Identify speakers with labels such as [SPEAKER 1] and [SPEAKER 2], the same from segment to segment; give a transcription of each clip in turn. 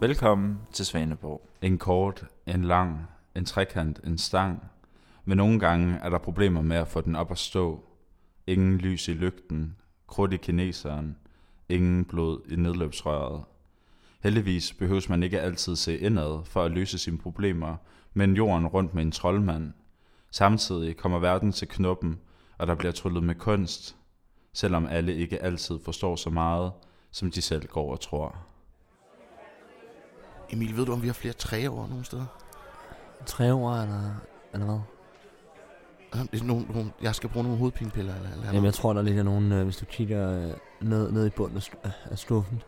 [SPEAKER 1] Velkommen til Svaneborg.
[SPEAKER 2] En kort, en lang, en trekant, en stang. Men nogle gange er der problemer med at få den op at stå. Ingen lys i lygten, krudt i kineseren, ingen blod i nedløbsrøret. Heldigvis behøves man ikke altid se indad for at løse sine problemer, men jorden rundt med en troldmand. Samtidig kommer verden til knoppen, og der bliver tryllet med kunst, selvom alle ikke altid forstår så meget, som de selv går og tror.
[SPEAKER 3] Emil, ved du, om vi har flere træer over nogle steder?
[SPEAKER 4] Tre år, eller, eller hvad?
[SPEAKER 3] Ah, Det er nogle, nogle, jeg skal bruge nogle hovedpinepiller eller, eller
[SPEAKER 4] Jamen,
[SPEAKER 3] noget.
[SPEAKER 4] jeg tror, der ligger nogen, øh, hvis du kigger øh, ned, ned i bunden af stu- af skuffen.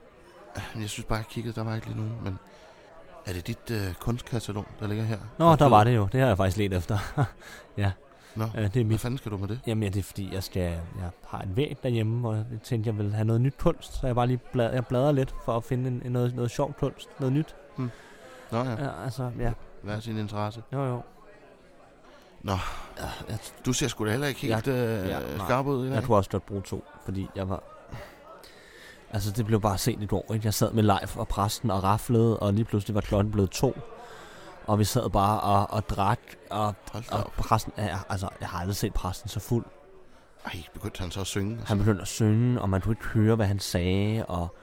[SPEAKER 3] Jamen, jeg synes bare, jeg kiggede, der var ikke lige nogen, men... Er det dit øh, kunstkatalog, der ligger her?
[SPEAKER 4] Nå, der var det jo. Det har jeg faktisk let efter. ja,
[SPEAKER 3] Nå,
[SPEAKER 4] øh, det er
[SPEAKER 3] hvad
[SPEAKER 4] mit.
[SPEAKER 3] fanden skal du med det?
[SPEAKER 4] Jamen, ja, det er fordi, jeg, skal, jeg har en væg derhjemme, hvor jeg tænkte, jeg ville have noget nyt kunst. Så jeg bare lige bladrer, jeg bladrer lidt for at finde en, en noget, noget sjovt kunst, noget nyt.
[SPEAKER 3] Nå ja,
[SPEAKER 4] Ja, altså, ja.
[SPEAKER 3] hvad er sin interesse?
[SPEAKER 4] Jo, jo.
[SPEAKER 3] Nå.
[SPEAKER 4] Ja, jeg,
[SPEAKER 3] Du ser sgu da heller ikke helt øh,
[SPEAKER 4] ja, nej.
[SPEAKER 3] skarp ud i dag.
[SPEAKER 4] jeg kunne også godt bruge to, fordi jeg var... Altså, det blev bare sent i går, ikke? Jeg sad med Leif og præsten og raflede, og lige pludselig var klokken blevet to. Og vi sad bare og, og drak, og,
[SPEAKER 3] Hold da
[SPEAKER 4] og
[SPEAKER 3] op.
[SPEAKER 4] præsten... Ja, altså, jeg har aldrig set præsten så fuld.
[SPEAKER 3] Ej, begyndte han så at synge? Altså.
[SPEAKER 4] Han begyndte at synge, og man kunne ikke høre, hvad han sagde, og...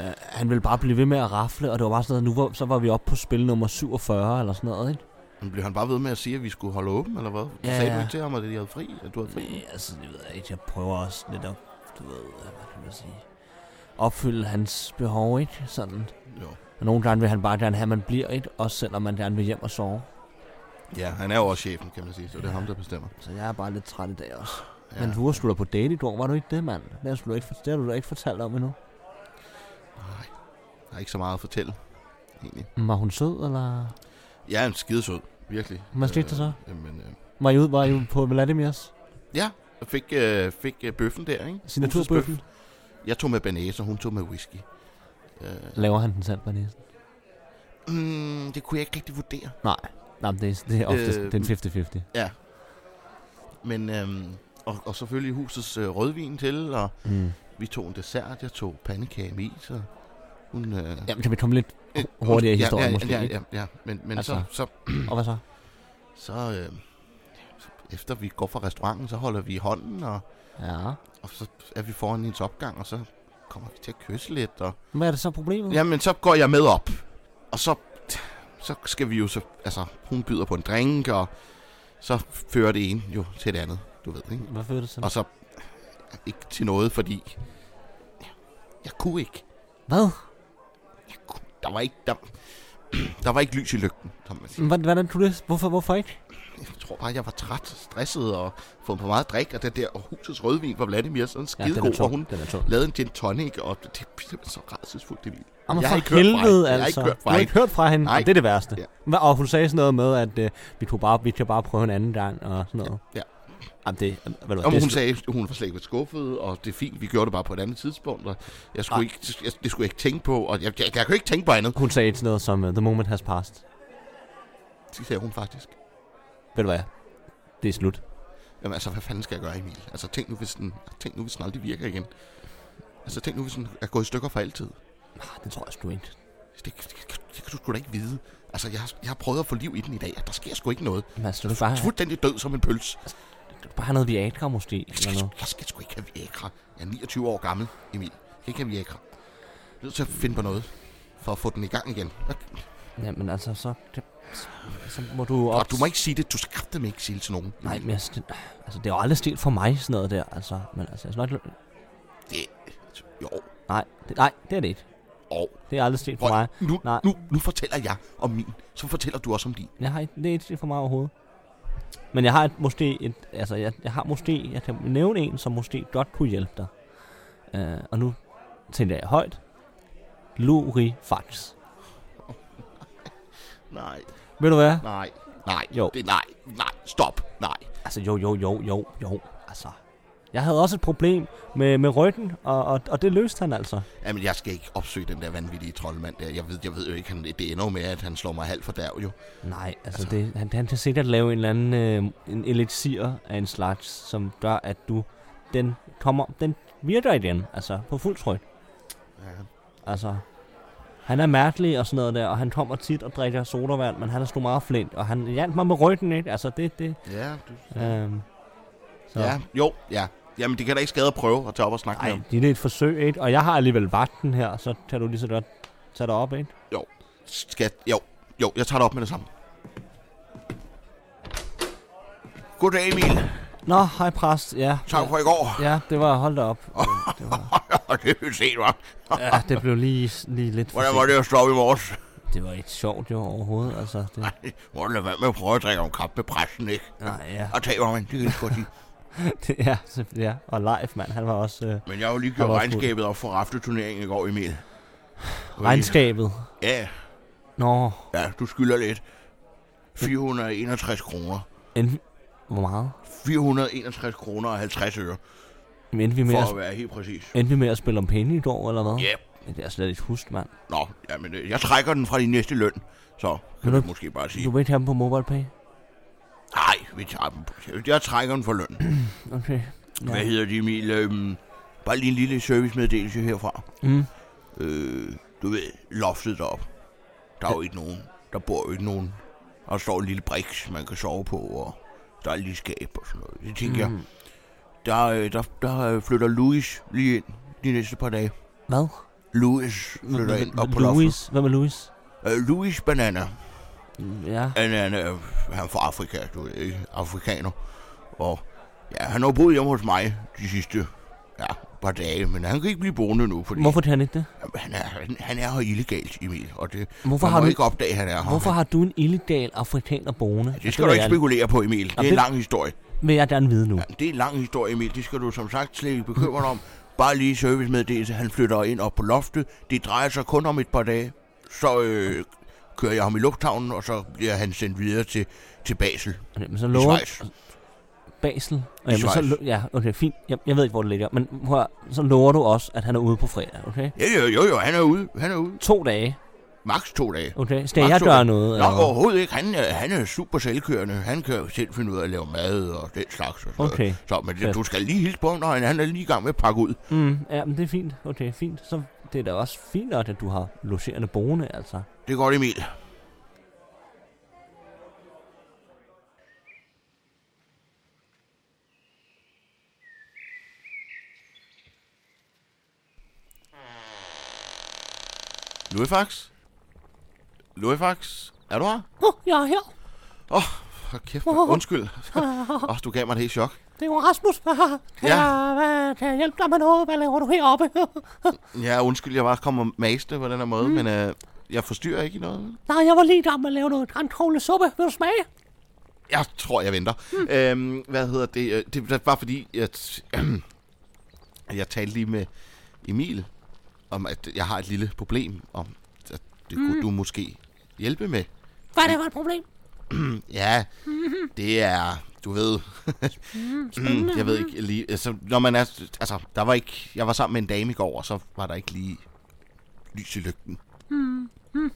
[SPEAKER 4] Øh, han ville bare blive ved med at rafle, og det var bare sådan noget, nu var, så var vi oppe på spil nummer 47 eller sådan noget, ikke?
[SPEAKER 3] Men blev han bare ved med at sige, at vi skulle holde åben, eller hvad?
[SPEAKER 4] Ja,
[SPEAKER 3] Sagde du
[SPEAKER 4] ja.
[SPEAKER 3] ikke til ham, at de havde fri? At du havde fri?
[SPEAKER 4] Nej, altså, det ved jeg ikke. Jeg prøver også lidt at, du ved, hvad kan man sige, opfylde hans behov, ikke? Sådan.
[SPEAKER 3] Jo.
[SPEAKER 4] Og nogle gange vil han bare gerne have, at man bliver, ikke? Også selvom man gerne vil hjem og sove.
[SPEAKER 3] Ja, han er jo også chefen, kan man sige, så det er ham, der bestemmer.
[SPEAKER 4] Så jeg er bare lidt træt i dag også. Ja.
[SPEAKER 3] Ja.
[SPEAKER 4] Men du var sgu da på date i går, var du ikke det, mand? Det har, du da ikke, det har du da ikke fortalt om endnu.
[SPEAKER 3] Nej, der er ikke så meget at fortælle, egentlig.
[SPEAKER 4] Mm. Var hun sød, eller?
[SPEAKER 3] Jeg er en skidesød, virkelig.
[SPEAKER 4] Hvad skete der så?
[SPEAKER 3] Øh, men, øh,
[SPEAKER 4] Var I ude, var I ude på Vladimirs?
[SPEAKER 3] ja, jeg fik, øh, fik øh, bøffen der, ikke? Husets bøf.
[SPEAKER 4] Signaturbøffen?
[SPEAKER 3] Jeg tog med banæs, og hun tog med whisky. Øh,
[SPEAKER 4] Laver han den selv, Vanessa?
[SPEAKER 3] mm, det kunne jeg ikke rigtig vurdere.
[SPEAKER 4] Nej, men det er, det er oftest,
[SPEAKER 3] Øh,
[SPEAKER 4] øh, det er en 50-50.
[SPEAKER 3] Men, øhm, og, og selvfølgelig husets øh, rødvin til, og
[SPEAKER 4] Mm.
[SPEAKER 3] vi tog en dessert. Jeg tog pandekage med is, og hun... Øh,
[SPEAKER 4] Jamen, kan vi komme lidt
[SPEAKER 3] øh,
[SPEAKER 4] hurtigere i
[SPEAKER 3] ja,
[SPEAKER 4] historien,
[SPEAKER 3] ja,
[SPEAKER 4] måske,
[SPEAKER 3] Ja,
[SPEAKER 4] ikke?
[SPEAKER 3] ja, ja, men, men
[SPEAKER 4] Altså.
[SPEAKER 3] altså. så, så,
[SPEAKER 4] Og hvad så?
[SPEAKER 3] så, øh, så efter vi går fra restauranten, så holder vi hånden, og,
[SPEAKER 4] Ja.
[SPEAKER 3] og så er vi foran hendes opgang, og så kommer vi til at kysse lidt, og
[SPEAKER 4] Hvad er det så problemet?
[SPEAKER 3] Jamen, så går jeg med op. Og så, så skal vi jo så... Altså, hun byder på en drink, og så fører det ene jo til det andet, du ved, ikke?
[SPEAKER 4] Hvad fører det til?
[SPEAKER 3] Og så ikke til noget, fordi... Jeg kunne ikke.
[SPEAKER 4] Hvad?
[SPEAKER 3] Jeg kunne, der var ikke... Der, der var ikke lys i lygten, som man siger.
[SPEAKER 4] Hvordan, hvordan kunne det? Hvorfor, hvorfor ikke?
[SPEAKER 3] Jeg tror bare, jeg var træt, stresset og fået for meget drik, og den der og husets rødvin var Vladimir sådan
[SPEAKER 4] den
[SPEAKER 3] skidegod,
[SPEAKER 4] er
[SPEAKER 3] ja, og hun
[SPEAKER 4] Den er tung.
[SPEAKER 3] lavede en gin tonic, og det, det er simpelthen så rædselsfuldt, det vin.
[SPEAKER 4] Jamen,
[SPEAKER 3] Jeg
[SPEAKER 4] for
[SPEAKER 3] har ikke hørt fra
[SPEAKER 4] helvede,
[SPEAKER 3] hende. Jeg har ikke hørt fra
[SPEAKER 4] altså. du har
[SPEAKER 3] hende.
[SPEAKER 4] ikke hørt fra hende.
[SPEAKER 3] Nej.
[SPEAKER 4] og Det er det værste.
[SPEAKER 3] Ja.
[SPEAKER 4] Ja. Og hun sagde sådan noget med, at øh, vi, kunne bare, vi kan bare prøve en anden gang og sådan noget.
[SPEAKER 3] Ja.
[SPEAKER 4] Jamen, det, ved du hvad,
[SPEAKER 3] Om
[SPEAKER 4] det,
[SPEAKER 3] hun sagde, at hun var slet ikke skuffet, og det er fint, vi gjorde det bare på et andet tidspunkt, og jeg skulle
[SPEAKER 4] Ah.
[SPEAKER 3] ikke, jeg, det skulle jeg ikke tænke på, og jeg, jeg, jeg kan jo ikke tænke på andet,
[SPEAKER 4] hun sagde sådan noget som, øh, the moment has passed.
[SPEAKER 3] det sagde hun faktisk.
[SPEAKER 4] Ved du hvad? Det er slut.
[SPEAKER 3] Jamen altså, hvad fanden skal jeg gøre, Emil? Altså, tænk nu, hvis den, tænk nu, hvis den aldrig virker igen. Altså, tænk nu, hvis den er gået i stykker for altid. Ah,
[SPEAKER 4] Nej, det tror jeg sgu ikke.
[SPEAKER 3] Det, det, det, det kan du sgu da ikke vide. Altså, jeg, har- jeg har prøvet at få liv i den i dag, og der sker sgu ikke noget.
[SPEAKER 4] Men altså, du kan bare,
[SPEAKER 3] Fuldstændig død som en pølse.
[SPEAKER 4] du kan bare have noget Viagra måske.
[SPEAKER 3] Jeg
[SPEAKER 4] Eller
[SPEAKER 3] skal,
[SPEAKER 4] noget.
[SPEAKER 3] jeg skal sgu ikke have Viagra. Jeg er 29 år gammel, Emil. Jeg kan ikke have Viagra. Jeg er nødt til at finde på noget, for at få den i gang igen. Hvad
[SPEAKER 4] Jamen altså, så, det, så må du...
[SPEAKER 3] Og du må ikke sige det. Du skal kraftedeme ikke sige det til nogen.
[SPEAKER 4] Nej, men jeg, altså, det er jo aldrig sket for mig, sådan noget der. Altså, men altså, jeg skal nok,
[SPEAKER 3] Det, jo.
[SPEAKER 4] Nej, det, nej, det er det ikke.
[SPEAKER 3] Og,
[SPEAKER 4] Det er aldrig sket for
[SPEAKER 3] prøv,
[SPEAKER 4] mig.
[SPEAKER 3] nu,
[SPEAKER 4] Nej.
[SPEAKER 3] nu, nu fortæller jeg om min. Så fortæller du også om din.
[SPEAKER 4] Jeg har ikke, det er ikke sket for mig overhovedet. Men jeg har et, måske et, altså jeg, jeg har måske, jeg kan nævne en, som måske godt kunne hjælpe dig. Uh, og nu tænker jeg højt. Luri Fax.
[SPEAKER 3] Nej,
[SPEAKER 4] Ved du hvad?
[SPEAKER 3] nej, nej.
[SPEAKER 4] Jo.
[SPEAKER 3] Det, nej, nej. Stop. Nej.
[SPEAKER 4] Altså jo, jo, jo, jo, jo. Altså, jeg havde også et problem med, med ryggen, og, og, og det løste han altså.
[SPEAKER 3] Jamen, jeg skal ikke opsøge den der vanvittige troldmand der. Jeg ved, jeg ved jo ikke, han, det ender jo med, at han slår mig halvt for dærv, jo.
[SPEAKER 4] Nej, altså,
[SPEAKER 3] Altså.
[SPEAKER 4] altså. Det, han, han kan sikkert lave en eller anden øh, en elixir af en slags, som gør, at du, den kommer, den virker igen, altså på fuld tryk.
[SPEAKER 3] Ja.
[SPEAKER 4] Altså, Han er mærkelig og sådan noget der, og han kommer tit og drikker sodavand, men han er sgu meget flint, og han hjalp mig med ryggen, ikke? Altså, det, det,
[SPEAKER 3] Ja, du,
[SPEAKER 4] øhm, så.
[SPEAKER 3] ja, jo, ja. Jamen, det kan da ikke skade at prøve at tage op og snakke med
[SPEAKER 4] Ej,
[SPEAKER 3] ham.
[SPEAKER 4] det er et forsøg, ikke? Og jeg har alligevel vagten her, så kan du lige så godt tage dig op, ikke?
[SPEAKER 3] Skat, jo, jo, jeg tager det op med det samme. Goddag, Emil.
[SPEAKER 4] Nå, hej præst, ja.
[SPEAKER 3] Tak for i går.
[SPEAKER 4] Ja, det var, hold da op. Øh, det, var,
[SPEAKER 3] Og det vil se, hva'?
[SPEAKER 4] ja, det blev lige, lige lidt for
[SPEAKER 3] Hvordan var
[SPEAKER 4] sent.
[SPEAKER 3] det at stoppe i morges?
[SPEAKER 4] Det var ikke sjovt jo overhovedet, altså. Det,
[SPEAKER 3] Hvordan lade være med at prøve at drikke om kamp med pressen, ikke?
[SPEAKER 4] nej, ja.
[SPEAKER 3] Og taber man, det kan jeg lige så godt sige.
[SPEAKER 4] Det, ja, så- ja, og Leif, mand, han var også øh,
[SPEAKER 3] Men jeg har jo lige
[SPEAKER 4] Der
[SPEAKER 3] gjort
[SPEAKER 4] var også
[SPEAKER 3] regnskabet op for rafteturneringen i går, Emil. Og lige-
[SPEAKER 4] regnskabet.
[SPEAKER 3] Ja,
[SPEAKER 4] Nå,
[SPEAKER 3] ja, du skylder lidt. 461 kroner.
[SPEAKER 4] endte, hvor meget?
[SPEAKER 3] 461 kroner og 50 øre,
[SPEAKER 4] Jamen, Endte vi, med
[SPEAKER 3] for at
[SPEAKER 4] at,
[SPEAKER 3] være helt præcis.
[SPEAKER 4] endte vi med at spille om penge i går, eller hvad?
[SPEAKER 3] Ja,
[SPEAKER 4] Men Det er slet ikke husk, mand.
[SPEAKER 3] nå, jamen, øh, jeg trækker den fra din næste løn, så kan
[SPEAKER 4] Men
[SPEAKER 3] du
[SPEAKER 4] du-
[SPEAKER 3] måske bare sige,
[SPEAKER 4] Du vil ikke have dem på MobilePay?
[SPEAKER 3] nej, vi tager den. på- Jeg trækker den fra løn.
[SPEAKER 4] Okay.
[SPEAKER 3] Hvad hedder det, Emil? Øhm, bare lige en lille servicemeddelelse herfra.
[SPEAKER 4] Mm.
[SPEAKER 3] øh, du ved, loftet derop. Der er jo ikke nogen. Der bor jo ikke nogen. Og der står en lille briks, man kan sove på, og der er lige skab og sådan noget. Det tænker mm. jeg,
[SPEAKER 4] Mm.
[SPEAKER 3] der, øh, der, der øh, flytter Louis lige ind de næste par dage.
[SPEAKER 4] Hvad?
[SPEAKER 3] Louis flytter ind op på loftet.
[SPEAKER 4] Louis? Hvad med Louis?
[SPEAKER 3] Øh, Louis Banana.
[SPEAKER 4] Mm, Ja.
[SPEAKER 3] Han, han, er, han er fra Afrika, du ved ikke? Afrikaner. Og ja, han har boet hjemme hos mig de sidste ja, par dage, men han kan ikke blive boende nu, fordi
[SPEAKER 4] Hvorfor kan han ikke det?
[SPEAKER 3] han, er, han, han er her illegalt, Emil, og det,
[SPEAKER 4] Hvorfor
[SPEAKER 3] man
[SPEAKER 4] har
[SPEAKER 3] må
[SPEAKER 4] du
[SPEAKER 3] ikke opdage, at han er her.
[SPEAKER 4] Hvorfor har du en illegal afrikaner boende?
[SPEAKER 3] Det skal det du ikke spekulere på, Emil. Det er en
[SPEAKER 4] det-
[SPEAKER 3] lang historie.
[SPEAKER 4] vil jeg gerne vide nu.
[SPEAKER 3] Ja, det er en lang historie, Emil. Det skal du som sagt slet ikke bekymre dig om. Bare lige servicemeddelelse. Han flytter ind op på loftet. Det drejer sig kun om et par dage. Så øh, kører jeg ham i lufthavnen, og så bliver han sendt videre til, til Basel
[SPEAKER 4] Okay, men så
[SPEAKER 3] i
[SPEAKER 4] lover altså,
[SPEAKER 3] Schweiz.
[SPEAKER 4] Basel. Ja, men så,
[SPEAKER 3] Schweiz.
[SPEAKER 4] lo- ja, okay, fint. Jeg, jeg ved ikke, hvor det ligger. Men hør, så lover du også, at han er ude på fredag, okay?
[SPEAKER 3] Ja, jo, jo, jo, han er ude. Han er ude.
[SPEAKER 4] To dage,
[SPEAKER 3] Max to dage.
[SPEAKER 4] okay? Skal
[SPEAKER 3] Max
[SPEAKER 4] jeg
[SPEAKER 3] to
[SPEAKER 4] gøre
[SPEAKER 3] dage.
[SPEAKER 4] noget?
[SPEAKER 3] Nå,
[SPEAKER 4] eller hvad?
[SPEAKER 3] overhovedet ikke. Han er, han er super selvkørende. Han kan jo selv finde ud af at lave mad og den slags. Og sådan noget.
[SPEAKER 4] Okay.
[SPEAKER 3] Så, men
[SPEAKER 4] Fedt.
[SPEAKER 3] det, du skal lige hilse på ham, når han, han er lige i gang med at pakke ud.
[SPEAKER 4] Mm, ja, men det er fint. Okay, fint. Så det er da også fint nok, at du har logerende boende, altså.
[SPEAKER 3] Det er godt, Emil. Louifax? Louifax? Er du her?
[SPEAKER 5] Åh, oh, jeg er her.
[SPEAKER 3] Hold kæft, mand. undskyld. Åh, oh, du gav mig et helt chok.
[SPEAKER 5] Det er jo Rasmus. kan,
[SPEAKER 3] Ja.
[SPEAKER 5] jeg, hvad, kan jeg hjælpe dig med noget? Hvad laver du heroppe?
[SPEAKER 3] Ja, undskyld, jeg var kommet og maste på den her måde, mm. men øh, jeg forstyrrer ikke i noget. vel?
[SPEAKER 5] Nej, jeg var lige der med at lave noget grandkoglesuppe. Vil du smage?
[SPEAKER 3] Jeg tror, jeg venter. Mm. Øhm, hvad hedder det? Øh, Det er bare fordi, jeg, jeg talte lige med Emil om, at jeg har et lille problem, om at det kunne du måske hjælpe med.
[SPEAKER 5] Hvad er det for et problem?
[SPEAKER 3] Ja, det er, du ved, Mm, jeg ved ikke lige, altså, når man er, altså, der var ikke, jeg var sammen med en dame i går, og så var der ikke lige lys i lygten.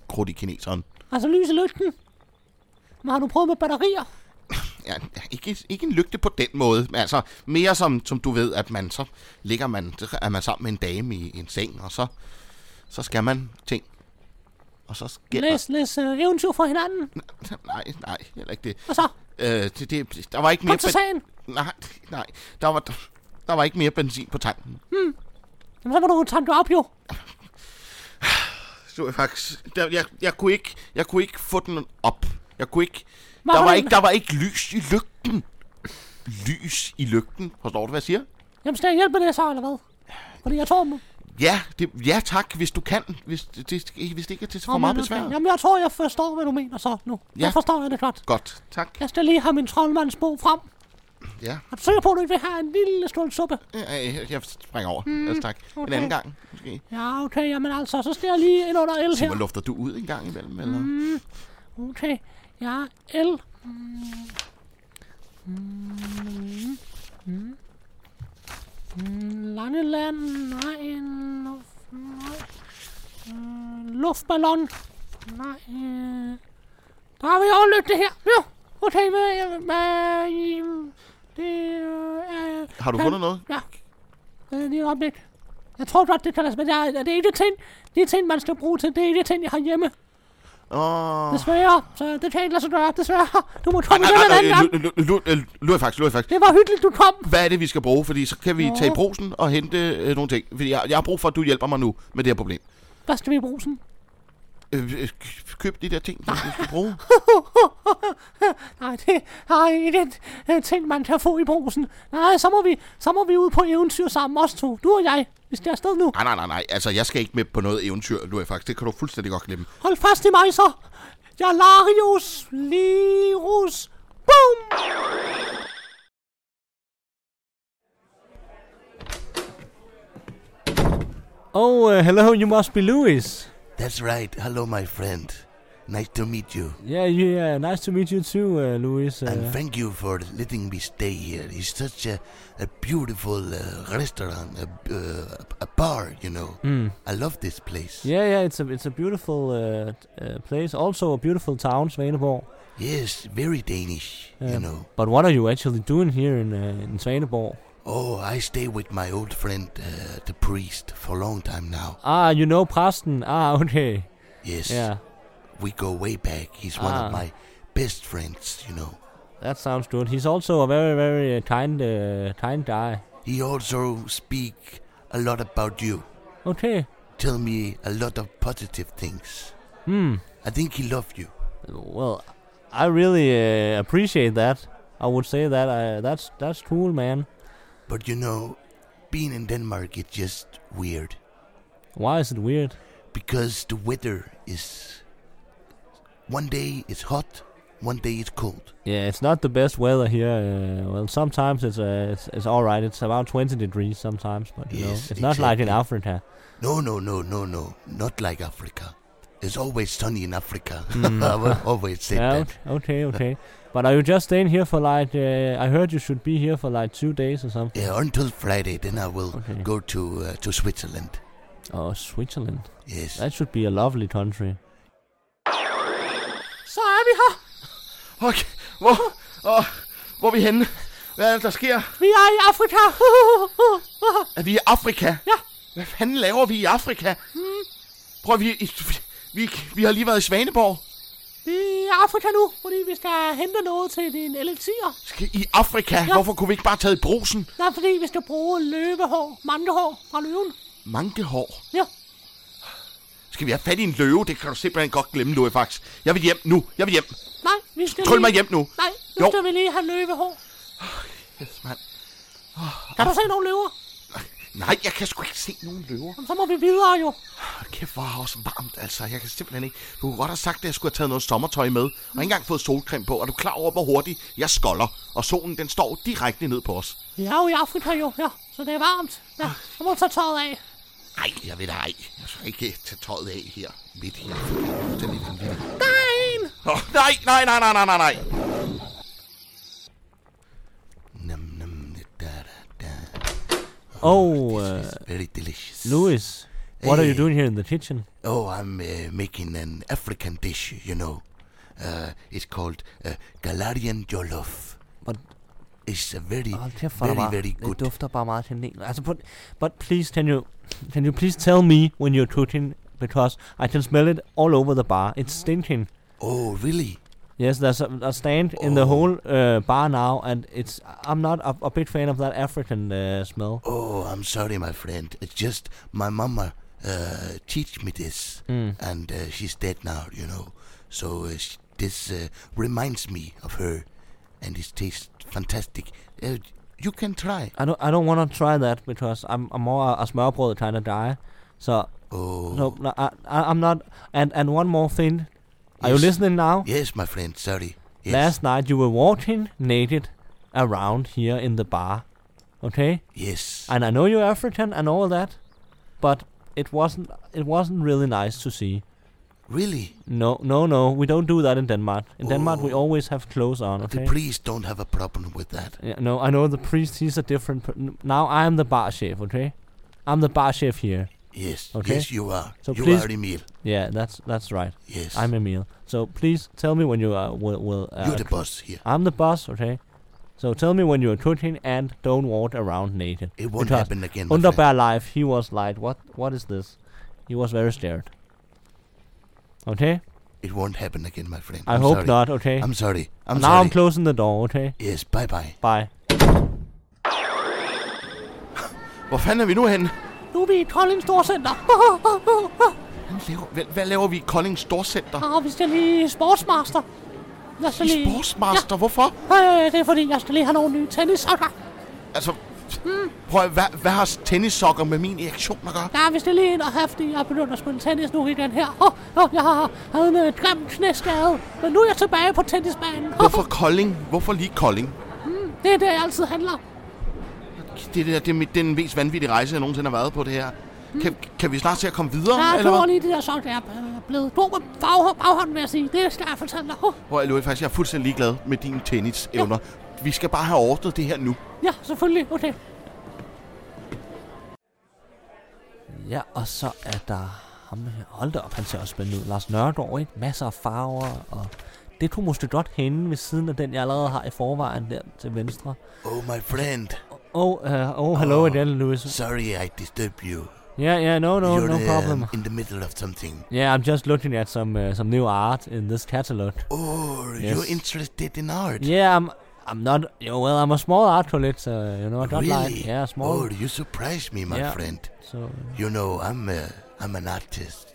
[SPEAKER 3] Krudt i kineseren.
[SPEAKER 5] Altså lys i lygten. Hvad har du prøvet med batterier?
[SPEAKER 3] ja, ikke, ikke en lygte på den måde, men altså mere som, som du ved, at man så ligger man, så er man sammen med en dame i, i en seng, og så, så skal man ting. Og så sker der-
[SPEAKER 5] Læs, læs uh, eventyr for hinanden.
[SPEAKER 3] Nej, nej, heller ikke det.
[SPEAKER 5] Og så,
[SPEAKER 3] Øh, det, det der var ikke mere...
[SPEAKER 5] kom til
[SPEAKER 3] ben-
[SPEAKER 5] sagen.
[SPEAKER 3] nej, nej, der var, der, der var ikke mere benzin på tanken.
[SPEAKER 5] Jamen, så må du tanke op, jo.
[SPEAKER 3] Så jeg faktisk... Der, jeg, jeg, kunne ikke, jeg kunne ikke få den op. Jeg kunne ikke...
[SPEAKER 5] Hvad
[SPEAKER 3] der
[SPEAKER 5] var
[SPEAKER 3] var,
[SPEAKER 5] det?
[SPEAKER 3] ikke, der var ikke lys i lygten. Lys i lygten. Forstår du, hvad jeg siger?
[SPEAKER 5] Jamen, skal jeg hjælpe med det så, eller hvad? Fordi jeg tror...
[SPEAKER 3] Ja, det, ja tak, hvis du kan. Hvis det, det, hvis det ikke er til for meget besvær.
[SPEAKER 5] Jamen, jeg tror, jeg forstår, hvad du mener så nu. Ja.
[SPEAKER 3] Ja.
[SPEAKER 5] Jeg forstår jeg det godt.
[SPEAKER 3] Godt, tak.
[SPEAKER 5] Jeg skal lige have min troldmandsbog frem.
[SPEAKER 3] Ja.
[SPEAKER 5] Er du sikker på, at du ikke vil have en lille stund suppe?
[SPEAKER 3] Øh, Jeg, jeg springer over. Mm, altså, tak. Okay. En
[SPEAKER 5] okay.
[SPEAKER 3] anden gang, måske.
[SPEAKER 5] Ja, okay, jamen altså, så skal jeg lige ind under el
[SPEAKER 3] Så ja.
[SPEAKER 5] her.
[SPEAKER 3] lufter du ud en gang imellem, eller? Mm.
[SPEAKER 5] Okay, ja, el. Landeland, nej, en luft, nej. Øh, luftballon, nej. Øh. Der har vi overløbet det her. Jo, okay, hvad, hvad, det øh, er...
[SPEAKER 3] Har du fundet noget?
[SPEAKER 5] Ja, øh, lige et øjeblik. Jeg tror godt, det kan lade sig, men jeg, det er ikke ting, de ting, man skal bruge til, det er ikke ting, jeg har hjemme.
[SPEAKER 3] Åh.
[SPEAKER 5] Desværre, så det kan ikke lade sig gøre, desværre. Du må komme
[SPEAKER 3] Nej,
[SPEAKER 5] igen
[SPEAKER 3] nej,
[SPEAKER 5] en
[SPEAKER 3] nej,
[SPEAKER 5] anden gang.
[SPEAKER 3] lu- lu- lu- øh, Lurer faktisk, lurer faktisk.
[SPEAKER 5] Det var hyggeligt, du kom.
[SPEAKER 3] Hvad er det, vi skal bruge? Fordi så kan vi
[SPEAKER 5] Nå.
[SPEAKER 3] tage i brosen og hente øh, nogle ting. Fordi jeg, jeg har brug for, at du hjælper mig nu med det her problem.
[SPEAKER 5] Hvad skal vi bruge sådan?
[SPEAKER 3] Øh, øh, k- køb de der ting, som vi skal bruge.
[SPEAKER 5] Nej, det er ikke en øh, ting, man kan få i brusen. Nej, så må vi, så må vi ud på eventyr sammen, os to. Du og jeg. Vi skal afsted nu.
[SPEAKER 3] Nej, nej, nej, nej. Altså, jeg skal ikke med på noget eventyr, lurer jeg faktisk. Det kan du fuldstændig godt glemme.
[SPEAKER 5] Hold fast i mig så. Jeg er Larius Lirus. Boom!
[SPEAKER 4] Oh, uh, hello, you must be Louis.
[SPEAKER 3] That's right. Hello, my friend. Nice to meet you.
[SPEAKER 4] Yeah, yeah, nice to meet you too, uh, Louis. Uh,
[SPEAKER 3] thank you for letting me stay here. It's such a, a beautiful uh, restaurant, a, uh, a bar, you know.
[SPEAKER 4] mm.
[SPEAKER 3] I love this place.
[SPEAKER 4] Yeah, yeah, it's a it's a beautiful uh, t- uh, place. Also a beautiful town, Svaneborg.
[SPEAKER 3] Yes, very Danish,
[SPEAKER 4] Yeah.
[SPEAKER 3] you know.
[SPEAKER 4] But what are you actually doing here in uh, in Svaneborg?
[SPEAKER 3] Oh, I stay with my old friend, uh, the priest, for a long time now.
[SPEAKER 4] Ah, you know Preston. Ah, okay.
[SPEAKER 3] Yes,
[SPEAKER 4] Yeah,
[SPEAKER 3] we go way back. He's one
[SPEAKER 4] Ah.
[SPEAKER 3] of my best friends, you know.
[SPEAKER 4] that sounds good. He's also a very very uh, kind uh, kind guy.
[SPEAKER 3] He also speak a lot about you.
[SPEAKER 4] Okay.
[SPEAKER 3] Tell me a lot of positive things.
[SPEAKER 4] Hmm.
[SPEAKER 3] I think he loved you.
[SPEAKER 4] Well, I really uh, appreciate that. I would say that I, that's that's cool, man.
[SPEAKER 3] But you know, being in Denmark it's just weird.
[SPEAKER 4] Why is it weird?
[SPEAKER 3] Because the weather is one day it's hot, one day it's cold.
[SPEAKER 4] Yeah, it's not the best weather here. Uh, well, sometimes it's, uh, it's it's all right. It's around 20 degrees sometimes, but you know,
[SPEAKER 3] Yes,
[SPEAKER 4] it's not like in
[SPEAKER 3] exactly.
[SPEAKER 4] Africa.
[SPEAKER 3] No no no no no. Not like Africa. It's always sunny in Africa.
[SPEAKER 4] Hmm.
[SPEAKER 3] I will always say
[SPEAKER 4] yeah,
[SPEAKER 3] that.
[SPEAKER 4] o- okay, okay. but are you just staying here for like? Uh, I heard you should be here for like two days or something.
[SPEAKER 3] Yeah, until Friday, then I will
[SPEAKER 4] Okay.
[SPEAKER 3] go to uh, to Switzerland.
[SPEAKER 4] Oh, Switzerland.
[SPEAKER 3] Yes.
[SPEAKER 4] That should be a lovely country.
[SPEAKER 5] Så er vi her.
[SPEAKER 3] Okay, hvor, oh, hvor er vi henne? Hvad er det, der sker?
[SPEAKER 5] Vi er i Afrika.
[SPEAKER 3] Er vi i Afrika?
[SPEAKER 5] Ja.
[SPEAKER 3] Hvad fanden laver vi i Afrika? Mm. Prøv, vi, vi, vi har lige været i Svaneborg.
[SPEAKER 5] vi er i Afrika nu, fordi vi skal hente noget til din elixir.
[SPEAKER 3] Skal I Afrika? Ja. Hvorfor kunne vi ikke bare tage i brusen?
[SPEAKER 5] Det er fordi, vi skal bruge løvehår, mandehår fra løven.
[SPEAKER 3] Mankehår.
[SPEAKER 5] Ja,
[SPEAKER 3] Skal vi have fat i en løve? Det kan du simpelthen godt glemme, Louis Fax. Jeg vil hjem nu. Jeg vil hjem.
[SPEAKER 5] nej, vi skal
[SPEAKER 3] Tryl
[SPEAKER 5] lige...
[SPEAKER 3] mig hjem nu.
[SPEAKER 5] Nej, nu
[SPEAKER 3] Jo.
[SPEAKER 5] skal vi lige have løvehår.
[SPEAKER 3] Yes, mand.
[SPEAKER 5] Kan du se nogle løver?
[SPEAKER 3] Nej, jeg kan sgu ikke se nogen løver.
[SPEAKER 5] Jamen, Så må vi videre jo.
[SPEAKER 3] Hold kæft, hvor er også varmt, altså. Jeg kan simpelthen ikke... Du kunne godt have sagt, at jeg skulle have taget noget sommertøj med, og ikke engang fået solcreme på. Er du klar over, hvor hurtigt jeg skolder, og solen den står direkte ned på os?
[SPEAKER 5] Vi er jo i Afrika jo, ja. Så det er varmt. Ja, så må du tage tøjet af.
[SPEAKER 3] Nej, jeg ved ej. Jeg skal ikke tage tøjet af her. Midt her. Det er lidt vanvittigt.
[SPEAKER 5] Der er en!
[SPEAKER 3] Åh, nej, nej, nej, nej, nej, nej, nej. Nam, nam, da, da, da.
[SPEAKER 4] Oh, uh,
[SPEAKER 3] This is very delicious.
[SPEAKER 4] Louis, what are you
[SPEAKER 3] Hey.
[SPEAKER 4] doing here in the kitchen?
[SPEAKER 3] Oh, I'm uh, making an African dish, you know. Uh, it's called uh, Galarian Jollof.
[SPEAKER 4] But
[SPEAKER 3] It's a very,
[SPEAKER 4] Hold kæft, hvor er der
[SPEAKER 3] very,
[SPEAKER 4] bare-
[SPEAKER 3] very
[SPEAKER 4] Det
[SPEAKER 3] good.
[SPEAKER 4] dufter bare meget kanel. Altså, but, but please, can you, can you please tell me when you're cooking? Because I can smell it all over the bar. It's stinking.
[SPEAKER 3] Oh, really?
[SPEAKER 4] Yes, there's a, a stand in the
[SPEAKER 3] Oh.
[SPEAKER 4] whole uh, bar now, and it's. I'm not a, a big fan of that African uh, smell.
[SPEAKER 3] Oh, I'm sorry, my friend. It's just my mama uh, teach me this,
[SPEAKER 4] Mm.
[SPEAKER 3] and uh, she's dead now, you know. So uh, sh- this uh, reminds me of her, and it tastes fantastic. Uh, you can try.
[SPEAKER 4] I don't. I don't want to try that because I'm, I'm more uh, a smørbrød kind of guy. So
[SPEAKER 3] Oh,
[SPEAKER 4] no, no I, I, I'm not. And and one more thing. Are you
[SPEAKER 3] Yes.
[SPEAKER 4] listening now?
[SPEAKER 3] yes, my friend. Sorry. Yes.
[SPEAKER 4] Last night you were walking naked around here in the bar, okay?
[SPEAKER 3] yes.
[SPEAKER 4] And I know you're African and all that, but it wasn't it wasn't really nice to see.
[SPEAKER 3] really?
[SPEAKER 4] No, no, no. We don't do that in Denmark. In Denmark, we always have clothes on. Okay.
[SPEAKER 3] Oh. The priest don't have a problem with that.
[SPEAKER 4] Yeah, no, I know the priest. He's a different. Per- n- now I'm the bar chef. Okay, I'm the bar chef here.
[SPEAKER 3] Yes.
[SPEAKER 4] Okay.
[SPEAKER 3] Yes, you are.
[SPEAKER 4] So
[SPEAKER 3] you
[SPEAKER 4] please-
[SPEAKER 3] are Emil.
[SPEAKER 4] Yeah, that's that's right.
[SPEAKER 3] Yes.
[SPEAKER 4] I'm Emil. So please tell me when you uh, will will. Uh,
[SPEAKER 3] You're the boss here.
[SPEAKER 4] I'm the boss. Okay. So tell me when you're twitching and don't walk around naked.
[SPEAKER 3] It won't
[SPEAKER 4] Because
[SPEAKER 3] happen again. my friend.
[SPEAKER 4] Underbear life, he was like, what? What is this? He was very scared. Okay,
[SPEAKER 3] It won't happen again, my friend.
[SPEAKER 4] I
[SPEAKER 3] I'm
[SPEAKER 4] hope
[SPEAKER 3] sorry.
[SPEAKER 4] not. Okay,
[SPEAKER 3] I'm sorry. I'm
[SPEAKER 4] now
[SPEAKER 3] sorry.
[SPEAKER 4] I'm closing the door. Okay,
[SPEAKER 3] yes, bye bye.
[SPEAKER 4] bye.
[SPEAKER 3] Hvor fanden er vi nu henne?
[SPEAKER 5] Nu er vi i Kolding Storcenter.
[SPEAKER 3] Hvad laver, hvad, hvad laver vi i Kolding Storcenter?
[SPEAKER 5] Og Ah, vi skal lige i Sportsmaster. Jeg skal
[SPEAKER 3] I
[SPEAKER 5] lige...
[SPEAKER 3] Sportsmaster, hvorfor?
[SPEAKER 5] Ja, øh, det er fordi, jeg skal lige have nogle nye tennissokker.
[SPEAKER 3] Altså, prøv at, hvad, hvad har tennissokker med min erektion at gøre?
[SPEAKER 5] Ja, vi skal lige ind og have, fordi jeg er begyndt at spille tennis nu igen her. Åh, oh, oh, jeg har havde en øh, grim knæskade, men nu er jeg tilbage på tennisbanen. Oh,
[SPEAKER 3] Hvorfor Kolding? Hvorfor lige Kolding?
[SPEAKER 5] det er det, jeg altid handler.
[SPEAKER 3] Det, der, det, er mit, det er den mest vanvittige rejse, jeg nogensinde har været på, det her. Kan, kan vi Hmm. snart se at komme videre,
[SPEAKER 5] Ja,
[SPEAKER 3] eller
[SPEAKER 5] du var
[SPEAKER 3] hvad?
[SPEAKER 5] lige det der sokker, jeg er øh, blevet god med baghånd, baghånden, vil jeg sige. Det skal jeg fortælle dig. Oh,
[SPEAKER 3] Hvor jeg lover faktisk, jeg er fuldstændig ligeglad med dine tennisevner. Vi skal bare have ordnet det her nu.
[SPEAKER 5] ja, selvfølgelig. Okay.
[SPEAKER 4] Ja, og så er der ham her. Hold da op, han ser også spændende ud. Lars Nørgaard, ikke? Masser af farver, og det kunne måske godt hænde ved siden af den, jeg allerede har i forvejen der til venstre.
[SPEAKER 3] Oh, my friend.
[SPEAKER 4] Oh, uh, oh hello
[SPEAKER 3] Åh,
[SPEAKER 4] again, Louis.
[SPEAKER 3] Sorry I disturbed you. um,
[SPEAKER 4] Yeah, yeah, no, no, no problem.
[SPEAKER 3] in the middle of something.
[SPEAKER 4] Yeah, I'm just looking at some uh, some new art in this catalog.
[SPEAKER 3] Oh,
[SPEAKER 4] you're Yes.
[SPEAKER 3] interested in art.
[SPEAKER 4] Yeah, I'm I'm not. Yeah, well, I'm a small art collector. You know, I don't like.
[SPEAKER 3] Really?
[SPEAKER 4] Yeah, small.
[SPEAKER 3] you surprised me,
[SPEAKER 4] my Yeah.
[SPEAKER 3] friend.
[SPEAKER 4] So
[SPEAKER 3] You know, I'm a, I'm an artist.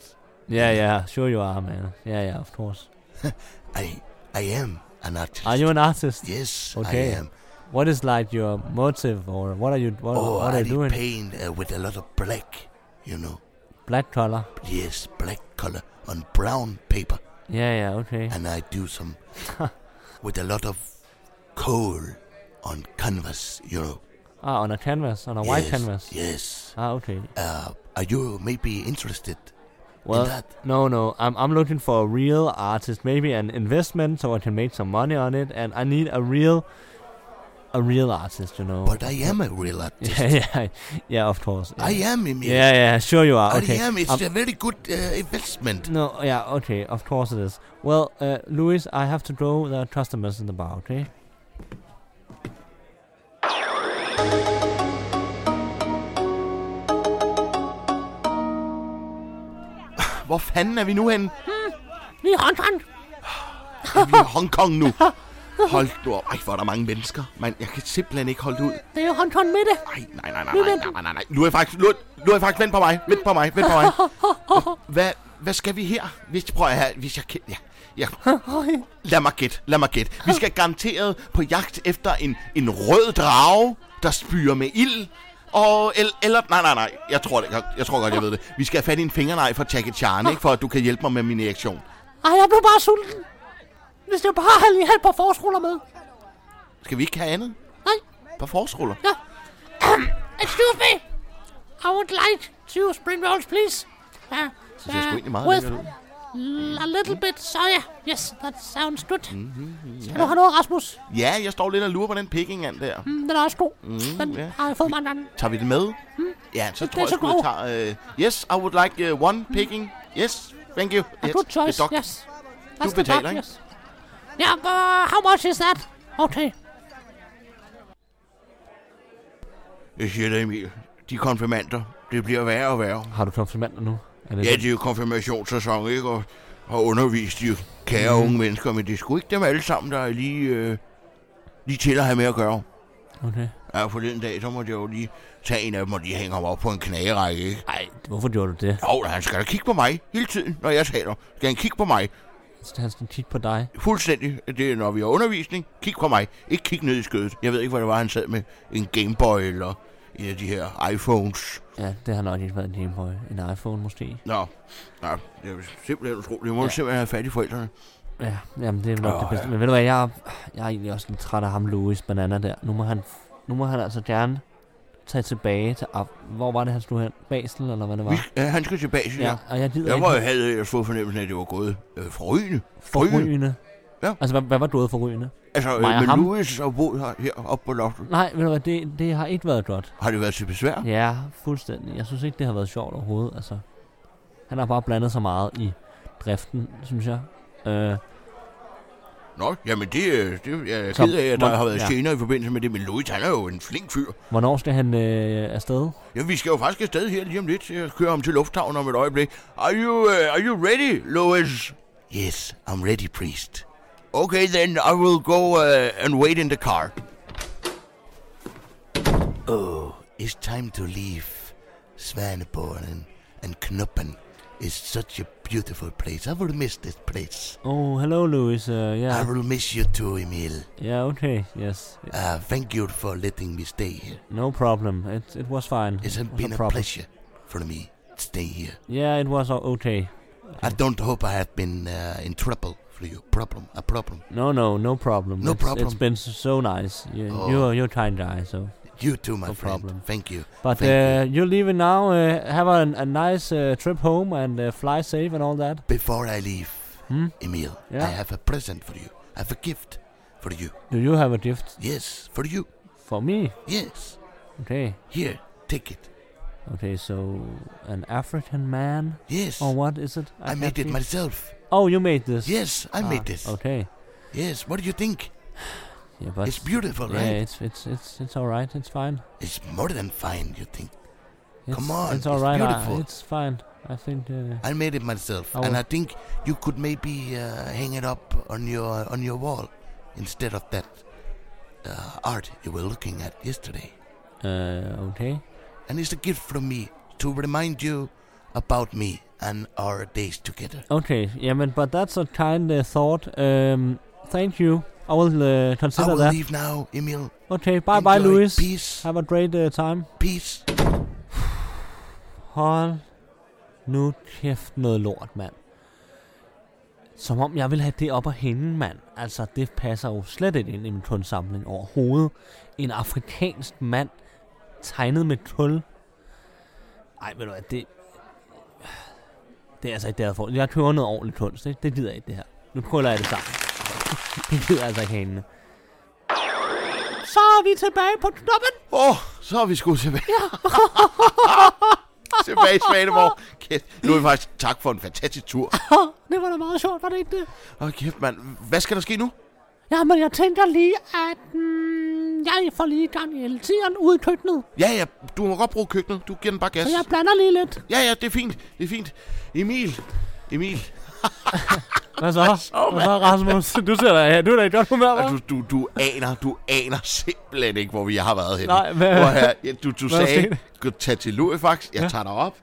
[SPEAKER 4] yeah, yeah, sure you are, man. Yeah, yeah, of course.
[SPEAKER 3] I I am an artist.
[SPEAKER 4] Are you an artist?
[SPEAKER 3] Yes,
[SPEAKER 4] Okay.
[SPEAKER 3] I am.
[SPEAKER 4] What is like your motive, or what are you? What,
[SPEAKER 3] oh,
[SPEAKER 4] what are
[SPEAKER 3] I
[SPEAKER 4] you
[SPEAKER 3] did
[SPEAKER 4] doing?
[SPEAKER 3] paint uh, with a lot of black, you know.
[SPEAKER 4] Black color.
[SPEAKER 3] Yes, black color on brown paper,
[SPEAKER 4] Yeah, yeah, okay.
[SPEAKER 3] and I do some with a lot of coal on canvas, you know.
[SPEAKER 4] Ah, on a canvas, on a white
[SPEAKER 3] yes,
[SPEAKER 4] canvas.
[SPEAKER 3] Yes.
[SPEAKER 4] Ah, okay.
[SPEAKER 3] Uh, are you maybe interested in
[SPEAKER 4] Well,
[SPEAKER 3] that?
[SPEAKER 4] no, no. I'm I'm looking for a real artist, maybe an investment, so I can make some money on it, and I need a real, a real artist, you know.
[SPEAKER 3] But I am a real artist.
[SPEAKER 4] oh. yeah, yeah, yeah, of course. Yeah.
[SPEAKER 3] I am, Emil.
[SPEAKER 4] Yeah, yeah, sure you are.
[SPEAKER 3] I
[SPEAKER 4] Okay.
[SPEAKER 3] am. It's
[SPEAKER 4] Um,
[SPEAKER 3] a very good uh, investment.
[SPEAKER 4] no, yeah, okay, of course it is. Well, uh, Louis, I have to go. There are customers in the bar, okay?
[SPEAKER 3] Hvor fanden er vi nu henne?
[SPEAKER 5] Vi er håndtrand.
[SPEAKER 3] Er vi i Hongkong nu? Hold nu op. Ej, hvor er der mange mennesker. Man, jeg kan simpelthen ikke holde det ud.
[SPEAKER 5] Det er håndtrand midte.
[SPEAKER 3] Ej, nej, nej, nej, nej, nej, nej, nej, nej. Nu er jeg faktisk, nu, nu er jeg faktisk, vent på mig, vent på mig, vent på mig. Hvad, hvad skal vi her? Hvis, prøv at her, hvis jeg kan, ja, ja. Lad mig gætte, lad mig gætte. Vi skal garanteret på jagt efter en, en rød drage, der spyrer med ild. Og, el, eller, nej, nej, nej, jeg tror, det, jeg tror godt, jeg ved det. Vi skal have fat i en fingernegl fra Jackie Chan, ikke, for at du kan hjælpe mig med min erektion.
[SPEAKER 5] Ej, jeg blev bare sulten. Hvis jeg bare havde lige havde et par forårsruller med.
[SPEAKER 3] Skal vi ikke have andet?
[SPEAKER 5] Nej,
[SPEAKER 3] Par forsruller?
[SPEAKER 5] excuse me. I would like two spring rolls, please. Ja,
[SPEAKER 3] Det ser sgu egentlig meget
[SPEAKER 5] with
[SPEAKER 3] lækkert ud.
[SPEAKER 5] l- a little bit soya. Yes, that sounds good.
[SPEAKER 3] Mm-hmm,
[SPEAKER 5] Skal du have noget, Rasmus?
[SPEAKER 3] Ja, jeg står lidt og lurer på den pikkingand der.
[SPEAKER 5] Mm, den er også god. den
[SPEAKER 3] Mm-hmm, ja.
[SPEAKER 5] har jeg fået mange gange.
[SPEAKER 3] Tager vi det med? Ja, så
[SPEAKER 5] Hmm. Det-
[SPEAKER 3] tror jeg,
[SPEAKER 5] det er
[SPEAKER 3] sgu,
[SPEAKER 5] så Hmm.
[SPEAKER 3] jeg tager... øh, yes, I would like uh, one picking. Yes, thank you.
[SPEAKER 5] A
[SPEAKER 3] Yes,
[SPEAKER 5] good choice,
[SPEAKER 3] the doc.
[SPEAKER 5] yes. That's the
[SPEAKER 3] betaler,
[SPEAKER 5] doc,
[SPEAKER 3] ikke?
[SPEAKER 5] yes. Ja, yeah, how much is that? Okay.
[SPEAKER 3] Jeg siger dig, Emil. De konfirmander, det bliver værre og værre.
[SPEAKER 4] Har du konfirmander nu? Er det
[SPEAKER 3] Ja, det er jo konfirmationssæson, ikke? Og har undervist de kære mm. unge mennesker, men det er sgu ikke dem alle sammen, der er lige, øh, lige til at have med at gøre.
[SPEAKER 4] Okay.
[SPEAKER 3] Ja, forleden dag, så måtte jeg jo lige tage en af dem, og de hænger ham op på en knagerække, ikke?
[SPEAKER 4] Ej, hvorfor gjorde du det?
[SPEAKER 3] Jo, han skal da kigge på mig hele tiden, når jeg taler. Skal han kigge på mig?
[SPEAKER 4] Han skal kigge på dig.
[SPEAKER 3] Fuldstændig. Det er, når vi har undervisning. Kig på mig. Ikke kig ned i skødet. Jeg ved ikke, hvad det var, han sad med. En Gameboy eller en af de her iPhones.
[SPEAKER 4] Ja, det har nok ikke været en Gameboy. En iPhone måske.
[SPEAKER 3] Nå, nej, det er simpelthen utroligt. Jeg må ja.
[SPEAKER 4] Ja.
[SPEAKER 3] simpelthen have fat i forældrene.
[SPEAKER 4] Ja, jamen det er nok
[SPEAKER 3] Åh,
[SPEAKER 4] oh, det bedste.
[SPEAKER 3] ja.
[SPEAKER 4] Men ved du hvad, jeg er, jeg er egentlig også lidt træt af ham, Louis Banana der. Nu må han, nu må han altså gerne tage tilbage til... Af, hvor var det, han stod hen? Basel, eller hvad det var?
[SPEAKER 3] Vi, ja, han skal tilbage til ja.
[SPEAKER 4] Ja, og jeg gider
[SPEAKER 3] Jeg
[SPEAKER 4] ikke...
[SPEAKER 3] var jeg havde jeg fået fornemmelsen af, at det var gået øh, forrygende.
[SPEAKER 4] Forrygende.
[SPEAKER 3] Ja.
[SPEAKER 4] Ja. Altså, hvad, hvad var du ude forrygende?
[SPEAKER 3] Altså, øh,
[SPEAKER 4] Mig og
[SPEAKER 3] men
[SPEAKER 4] ham.
[SPEAKER 3] Louis og Bo her, her oppe på loftet,
[SPEAKER 4] Nej, ved du hvad, det, det har ikke været godt.
[SPEAKER 3] har det været til besvær?
[SPEAKER 4] Ja, fuldstændig. Jeg synes ikke, det har været sjovt overhovedet, altså. Han har bare blandet sig meget i driften, synes jeg. Øh,
[SPEAKER 3] Nå, jamen det, øh, det jeg er
[SPEAKER 4] Så-
[SPEAKER 3] ked af, at der
[SPEAKER 4] hvor-
[SPEAKER 3] har været
[SPEAKER 4] ja.
[SPEAKER 3] gener i forbindelse med det, men Louis, han er jo en flink fyr.
[SPEAKER 4] Hvornår skal han øh, afsted?
[SPEAKER 3] Ja, vi skal jo faktisk afsted her lige om lidt. Jeg kører ham til lufthavnen om et øjeblik. Are you, uh, are you ready, Louis? Yes, I'm ready, priest. Okay, then I will go uh, and wait in the car. Oh, it's time to leave. Svaneborgen and Knuppen is such a beautiful place. I will miss this place.
[SPEAKER 4] Oh, hello, Louis. Uh,
[SPEAKER 3] I
[SPEAKER 4] yeah,
[SPEAKER 3] will miss you too, Emil.
[SPEAKER 4] yeah, okay, yes.
[SPEAKER 3] Uh, thank you for letting me stay here.
[SPEAKER 4] No problem. It, it was fine.
[SPEAKER 3] It's
[SPEAKER 4] It was
[SPEAKER 3] been a
[SPEAKER 4] problem.
[SPEAKER 3] pleasure for me to stay here.
[SPEAKER 4] Yeah, it was o- okay.
[SPEAKER 3] I don't hope I have been uh, in trouble for you. Problem, a problem.
[SPEAKER 4] No, no, no problem.
[SPEAKER 3] No
[SPEAKER 4] it's,
[SPEAKER 3] problem.
[SPEAKER 4] It's been s- so nice. You,
[SPEAKER 3] Oh.
[SPEAKER 4] You're you're kind guy, so.
[SPEAKER 3] You too, my
[SPEAKER 4] No
[SPEAKER 3] friend.
[SPEAKER 4] problem.
[SPEAKER 3] Thank you.
[SPEAKER 4] But
[SPEAKER 3] Thank
[SPEAKER 4] uh, you're leaving now. Uh, have a, a nice uh, trip home and uh, fly safe and all that.
[SPEAKER 3] Before I leave,
[SPEAKER 4] Hmm?
[SPEAKER 3] Emil,
[SPEAKER 4] Yeah?
[SPEAKER 3] I have a present for you. I have a gift for you.
[SPEAKER 4] Do you have a gift
[SPEAKER 3] Yes, for you.
[SPEAKER 4] for me?
[SPEAKER 3] Yes.
[SPEAKER 4] Okay.
[SPEAKER 3] Here, take it.
[SPEAKER 4] Okay, so an African man
[SPEAKER 3] Yes.
[SPEAKER 4] or what is it?
[SPEAKER 3] I
[SPEAKER 4] can't
[SPEAKER 3] made it
[SPEAKER 4] see.
[SPEAKER 3] myself.
[SPEAKER 4] Oh, you made this.
[SPEAKER 3] Yes, I
[SPEAKER 4] Ah,
[SPEAKER 3] made this.
[SPEAKER 4] Okay.
[SPEAKER 3] Yes, what do you think?
[SPEAKER 4] Yeah, but
[SPEAKER 3] it's beautiful,
[SPEAKER 4] Yeah,
[SPEAKER 3] right?
[SPEAKER 4] it's it's it's it's all right. It's fine.
[SPEAKER 3] It's more than fine, you think.
[SPEAKER 4] It's,
[SPEAKER 3] Come on,
[SPEAKER 4] It's all
[SPEAKER 3] it's
[SPEAKER 4] right. I-
[SPEAKER 3] beautiful.
[SPEAKER 4] it's fine. I think. Uh,
[SPEAKER 3] I made it myself,
[SPEAKER 4] Oh.
[SPEAKER 3] and I think you could maybe uh, hang it up on your on your wall instead of that uh, art you were looking at yesterday.
[SPEAKER 4] uh, okay.
[SPEAKER 3] And it's a gift from me to remind you about me and our days together.
[SPEAKER 4] Okay. Yeah, man, but that's a kind uh, thought. Um, thank you. I will uh,
[SPEAKER 3] I
[SPEAKER 4] consider
[SPEAKER 3] will
[SPEAKER 4] that.
[SPEAKER 3] leave now, Emil.
[SPEAKER 4] Okay. Bye, bye,
[SPEAKER 3] Enjoy.
[SPEAKER 4] Louis.
[SPEAKER 3] Peace,
[SPEAKER 4] Have a great uh, time.
[SPEAKER 3] peace.
[SPEAKER 4] Hold nu kæft noget lort, mand. Som om jeg vil have det op af hende, mand. Altså, det passer jo slet ikke ind i min kunstsamling overhovedet. En afrikansk mand, tegnet med kul. Ej, ved du hvad, det... Det er altså ikke det, jeg får. Jeg køber noget ordentligt kunst, ikke? Det gider jeg ikke, det her. Nu krøller jeg det sammen. Det gider jeg altså ikke hende.
[SPEAKER 5] Så er vi tilbage på knoppen.
[SPEAKER 3] Åh, oh, så er vi sgu tilbage. tilbage i Svaneborg. Kæft, nu er vi faktisk tak for en fantastisk tur.
[SPEAKER 5] Det var da meget sjovt, var det ikke det?
[SPEAKER 3] Åh, oh, kæft mand, hvad skal der ske nu?
[SPEAKER 5] Jamen, jeg tænker lige, at mm, jeg får lige gang i eltigeren ude i køkkenet.
[SPEAKER 3] Ja, ja, du må godt bruge køkkenet. Du giver den bare gas.
[SPEAKER 5] Så jeg blander lige lidt.
[SPEAKER 3] Ja, ja, det er fint. Det er fint. Emil. Emil.
[SPEAKER 4] Hvad så? Hvad så, Rasmus? Du ser da, du er da i godt humør, hva'?
[SPEAKER 3] Altså, Du, du, du aner, du aner simpelthen ikke, hvor vi har været henne.
[SPEAKER 4] Nej, hvad-
[SPEAKER 3] Hvor her, ja, du, du
[SPEAKER 4] hvad er der
[SPEAKER 3] sagde,
[SPEAKER 4] sket?
[SPEAKER 3] gå tag til Luefax, jeg tager dig op.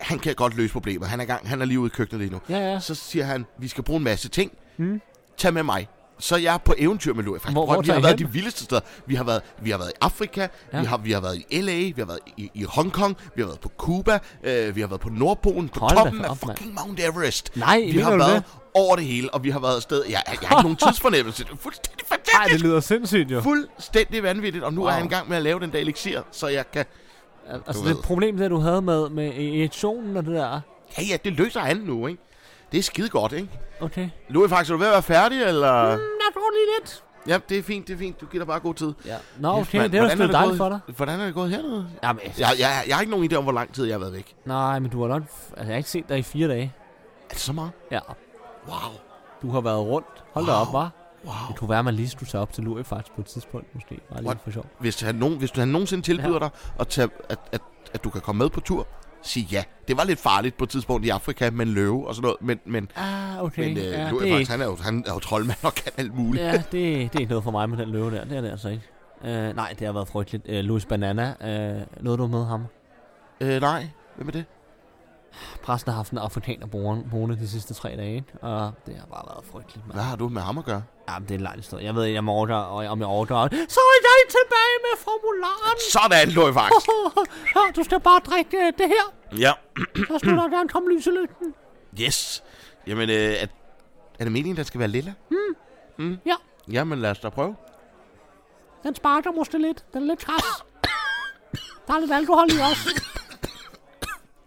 [SPEAKER 3] Han kan godt løse problemet. Han er, i gang, han er lige ude i køkkenet lige nu.
[SPEAKER 4] Ja, ja. Mm.
[SPEAKER 3] Så siger han, vi skal bruge en masse ting. Tag med mig. Så jeg er på eventyr med Luefax.
[SPEAKER 4] Hvor- hvor
[SPEAKER 3] vi
[SPEAKER 4] tager
[SPEAKER 3] har
[SPEAKER 4] I
[SPEAKER 3] været
[SPEAKER 4] hen?
[SPEAKER 3] de vildeste steder. Vi har været, vi har været i Afrika,
[SPEAKER 4] Ja.
[SPEAKER 3] ja. vi, har, vi har været i LA, vi har været i, i Hongkong, vi har været på Cuba, øh, vi har været på Nordpolen, på
[SPEAKER 4] Hold da
[SPEAKER 3] toppen af
[SPEAKER 4] op, mand.
[SPEAKER 3] fucking Mount Everest.
[SPEAKER 4] Nej,
[SPEAKER 3] vi
[SPEAKER 4] mener
[SPEAKER 3] har
[SPEAKER 4] du
[SPEAKER 3] været
[SPEAKER 4] det?
[SPEAKER 3] over det hele, og vi har været afsted. Jeg, jeg, jeg har ikke nogen tidsfornemmelse. Det er fuldstændig fantastisk.
[SPEAKER 4] Nej, det lyder sindssygt, jo.
[SPEAKER 3] Fuldstændig vanvittigt, og nu wow.
[SPEAKER 4] Wow.
[SPEAKER 3] er han i gang med at lave den der elixir, så jeg kan...
[SPEAKER 4] Al- Altså
[SPEAKER 3] ved.
[SPEAKER 4] det problem, der du havde med, med erektionen og det der.
[SPEAKER 3] Ja, ja, det løser han nu, ikke? Det er skide godt, ikke?
[SPEAKER 4] Okay.
[SPEAKER 3] Louis, faktisk, er du ved at være færdig, eller...
[SPEAKER 5] Mm, Jeg tror lige lidt.
[SPEAKER 3] Ja, det er fint, det er fint. Du giver dig bare god tid.
[SPEAKER 4] Ja. Nå, okay,
[SPEAKER 3] Kæft,
[SPEAKER 4] det er
[SPEAKER 3] mand,
[SPEAKER 4] da
[SPEAKER 3] hvordan
[SPEAKER 4] sgu
[SPEAKER 3] det
[SPEAKER 4] dejligt
[SPEAKER 3] gået-
[SPEAKER 4] for dig.
[SPEAKER 3] Hvordan er det gået hernede?
[SPEAKER 4] Jamen, altså- jeg,
[SPEAKER 3] Jeg, jeg, jeg har ikke nogen idé om, hvor lang tid jeg har været væk.
[SPEAKER 4] nej, men du har nok... Altså, jeg har ikke set dig i fire dage.
[SPEAKER 3] Er det så meget?
[SPEAKER 4] Ja.
[SPEAKER 3] Wow.
[SPEAKER 4] Du har været rundt. Hold da op,
[SPEAKER 3] Wow.
[SPEAKER 4] hva'?
[SPEAKER 3] Wow.
[SPEAKER 4] Det kunne være, at man lige skulle tage op til Lurie faktisk på et tidspunkt, måske. Bare lige
[SPEAKER 3] What?
[SPEAKER 4] for sjov.
[SPEAKER 3] Hvis, han nogen, hvis du han nogensinde tilbyder
[SPEAKER 4] Ja.
[SPEAKER 3] ja. dig, at, tage, at, at, at du kan komme med på tur, sig ja. Det var lidt farligt på et tidspunkt i Afrika med en løve og sådan noget, men, men,
[SPEAKER 4] Ah, okay.
[SPEAKER 3] men øh,
[SPEAKER 4] ja,
[SPEAKER 3] ja,
[SPEAKER 4] det, er
[SPEAKER 3] Louis, faktisk,
[SPEAKER 4] ikke,
[SPEAKER 3] han er, jo, han er jo troldmand og kan alt muligt.
[SPEAKER 4] ja det, det er ikke noget for mig med den løve der. Det er det altså ikke. Uh, nej, det har været frygteligt. Uh, Louis Banana, uh, nåede du med ham?
[SPEAKER 3] Øh, nej. Hvem er det?
[SPEAKER 4] Præsten har haft en afrikaner boende de sidste tre dage, ikke? og det har bare været frygteligt. mand.
[SPEAKER 3] Hvad har du med ham at gøre?
[SPEAKER 4] Ja, det er et langt sted. Jeg ved ikke, om jeg overdrager, og om jeg overdrager. Så er jeg tilbage med formularen.
[SPEAKER 3] Sådan, Løgfax!
[SPEAKER 5] Her, du skal bare drikke øh, det her.
[SPEAKER 3] Ja.
[SPEAKER 5] Så skal der gerne komme lys i lygten.
[SPEAKER 3] Yes. Jamen, øh, er, er det meningen, der skal være lilla? Mm. mm.
[SPEAKER 5] Ja.
[SPEAKER 3] Jamen, lad os da prøve.
[SPEAKER 5] Den sparker måske lidt. Den er lidt træt. Der er lidt alkohol i også.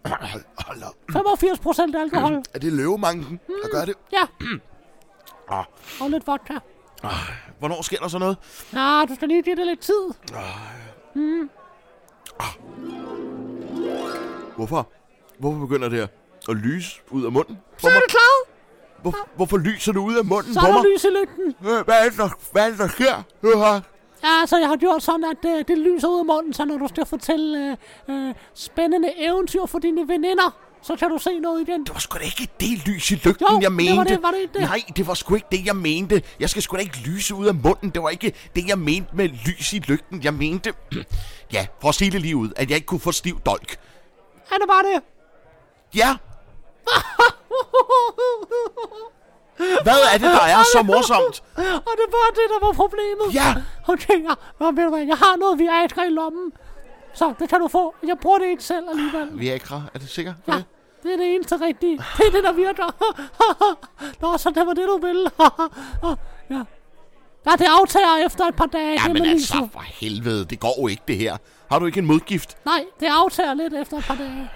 [SPEAKER 3] Hold, hold op.
[SPEAKER 5] 85 procent alkohol.
[SPEAKER 3] Er det løvemanken, der gør det?
[SPEAKER 5] Ja.
[SPEAKER 3] Ah.
[SPEAKER 5] Og lidt vodka.
[SPEAKER 3] Hvornår sker der så noget?
[SPEAKER 5] Ja, du skal lige give det lidt tid.
[SPEAKER 3] Hvorfor? Hvorfor begynder det her at lyse ud af munden?
[SPEAKER 5] Så er det klar.
[SPEAKER 3] Hvor, hvorfor lyser du ud af munden
[SPEAKER 5] Så
[SPEAKER 3] på
[SPEAKER 5] er
[SPEAKER 3] mig?
[SPEAKER 5] der lys i lygten.
[SPEAKER 3] Øh, Hvad er det, der, hvad er det, der sker? Øh,
[SPEAKER 5] Ja, så jeg har gjort sådan, at øh, det lyser ud af munden, så når du skal fortælle øh, øh, spændende eventyr for dine veninder, så kan du se noget igen.
[SPEAKER 3] Det var sgu da ikke det lys i lygten,
[SPEAKER 5] Jo,
[SPEAKER 3] jeg
[SPEAKER 5] det
[SPEAKER 3] mente.
[SPEAKER 5] var det, var det ikke det?
[SPEAKER 3] Nej, det var sgu ikke det, jeg mente. Jeg skal sgu da ikke lyse ud af munden. Det var ikke det, jeg mente med lys i lygten. Jeg mente, ja, for at sige det lige ud, at jeg ikke kunne få stiv dolk.
[SPEAKER 5] Er det bare det?
[SPEAKER 3] Ja, hvad er det, der er så morsomt?
[SPEAKER 5] Og det var det, der var problemet.
[SPEAKER 3] Ja.
[SPEAKER 5] Okay, ja. Nå, ved du hvad, jeg har noget Viagra i lommen. Så det kan du få. Jeg bruger det ikke selv alligevel.
[SPEAKER 3] Viagra, er det sikker?
[SPEAKER 5] Ja, det er det eneste rigtige. Det er det, der virker. Nå, så det var det, du ville. ja. ja, det aftager efter et par dage. det
[SPEAKER 3] Jamen
[SPEAKER 5] med
[SPEAKER 3] altså,
[SPEAKER 5] lyset.
[SPEAKER 3] for helvede, det går jo ikke det her. Har du ikke en modgift?
[SPEAKER 5] Nej, det aftager lidt efter et par dage.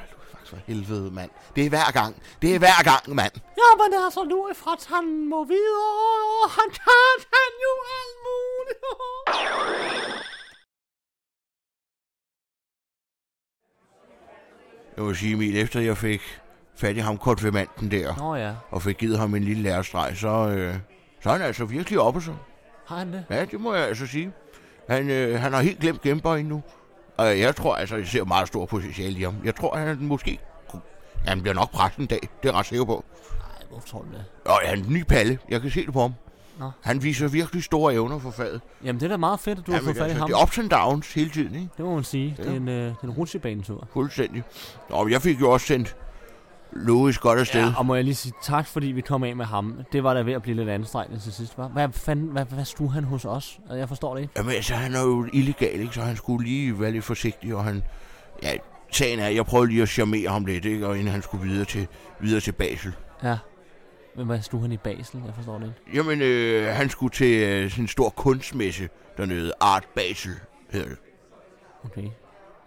[SPEAKER 3] For helvede, mand. Det er hver gang. Det er hver gang, mand.
[SPEAKER 5] Ja, men altså, nu er fra han må videre. Han kan, han jo alt muligt.
[SPEAKER 3] Jeg må sige, Emil, efter jeg fik fat i ham konfirmanden der,
[SPEAKER 4] Nå ja,
[SPEAKER 3] og fik givet ham en lille lærestreg, så, øh, så er han altså virkelig oppe så.
[SPEAKER 4] har han det?
[SPEAKER 3] Ja, det må jeg altså sige. Han, øh, han har helt glemt Gameboy nu. Og jeg tror altså, jeg ser meget stort potentiale i ham. Jeg tror, han måske kunne... Han bliver nok præst en dag, det er jeg ret sikker på.
[SPEAKER 4] Nej, hvorfor tror du det?
[SPEAKER 3] Og han er en ny palle, jeg kan se det på ham.
[SPEAKER 4] Nå.
[SPEAKER 3] Han viser virkelig store evner for faget.
[SPEAKER 4] Jamen, det er da meget fedt, at du har
[SPEAKER 3] Jamen,
[SPEAKER 4] fået fat i ham.
[SPEAKER 3] altså, det er ups and downs hele tiden, ikke?
[SPEAKER 4] Det må man sige. Det er en, øh, det er en rutsjebanetur.
[SPEAKER 3] Fuldstændig. Nå, men jeg fik jo også sendt Louis godt afsted.
[SPEAKER 4] Ja, og må jeg lige sige tak, fordi vi kom af med ham. Det var da ved at blive lidt anstrengende til sidst, var. Hvad fanden, hvad, hvad stod han hos os? Og Jeg forstår det ikke.
[SPEAKER 3] Jamen altså, han er jo illegal, ikke? Så han skulle lige være lidt forsigtig, og han... Ja, sagen er, jeg prøvede lige at charmere ham lidt, ikke? Og inden han skulle videre til, videre til Basel.
[SPEAKER 4] Ja. Men hvad stod han i Basel? Jeg forstår det ikke.
[SPEAKER 3] Jamen, øh, han skulle til øh, sådan en stor kunstmesse dernede. Art Basel hedder det.
[SPEAKER 4] Okay.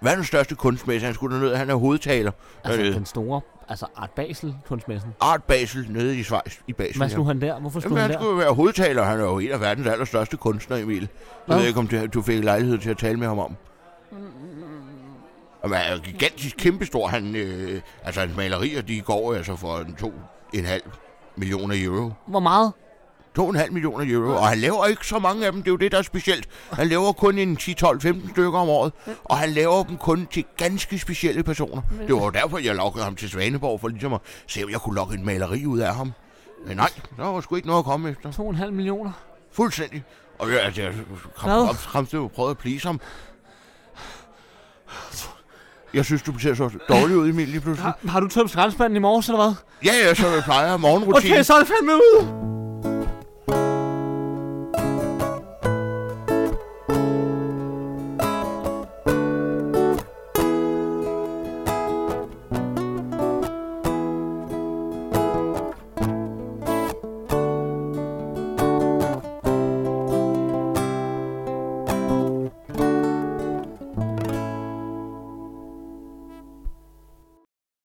[SPEAKER 3] Hvad er den største kunstmesse? Han skulle dernede, han er hovedtaler
[SPEAKER 4] Altså,
[SPEAKER 3] dernede.
[SPEAKER 4] den store, altså Art Basel kunstmessen.
[SPEAKER 3] Art Basel nede i Schweiz, i Basel.
[SPEAKER 4] Hvad
[SPEAKER 3] ja.
[SPEAKER 4] stod han der? Hvorfor stod
[SPEAKER 3] Jamen, han
[SPEAKER 4] han der?
[SPEAKER 3] skulle jo være hovedtaler. Han er jo en af verdens allerstørste kunstnere, Emil. Jeg
[SPEAKER 4] Nå.
[SPEAKER 3] ved ikke, om du, du fik lejlighed til at tale med ham om. Jamen, han er jo gigantisk kæmpestor. Han, øh, altså, hans malerier, de går altså for en to, en halv millioner euro.
[SPEAKER 4] Hvor meget?
[SPEAKER 3] 2,5 millioner euro, og han laver ikke så mange af dem, det er jo det, der er specielt. Han laver kun en 10, 12, 15 stykker om året, og han laver dem kun til ganske specielle personer. Det var jo derfor, jeg lokkede ham til Svaneborg, for ligesom at se, om jeg kunne lokke en maleri ud af ham. Men nej, der var sgu ikke noget at komme efter.
[SPEAKER 4] 2,5 millioner?
[SPEAKER 3] Fuldstændig. Og jeg, altså, jeg kom
[SPEAKER 4] Hvad?
[SPEAKER 3] op, kom til at prøve at please ham. Jeg synes, du ser så dårlig ud, Emil, lige pludselig.
[SPEAKER 4] Har, har du tømt skraldespanden i morges, eller hvad?
[SPEAKER 3] Ja, ja, så jeg plejer morgenrutinen.
[SPEAKER 4] Okay, så er det fandme ude!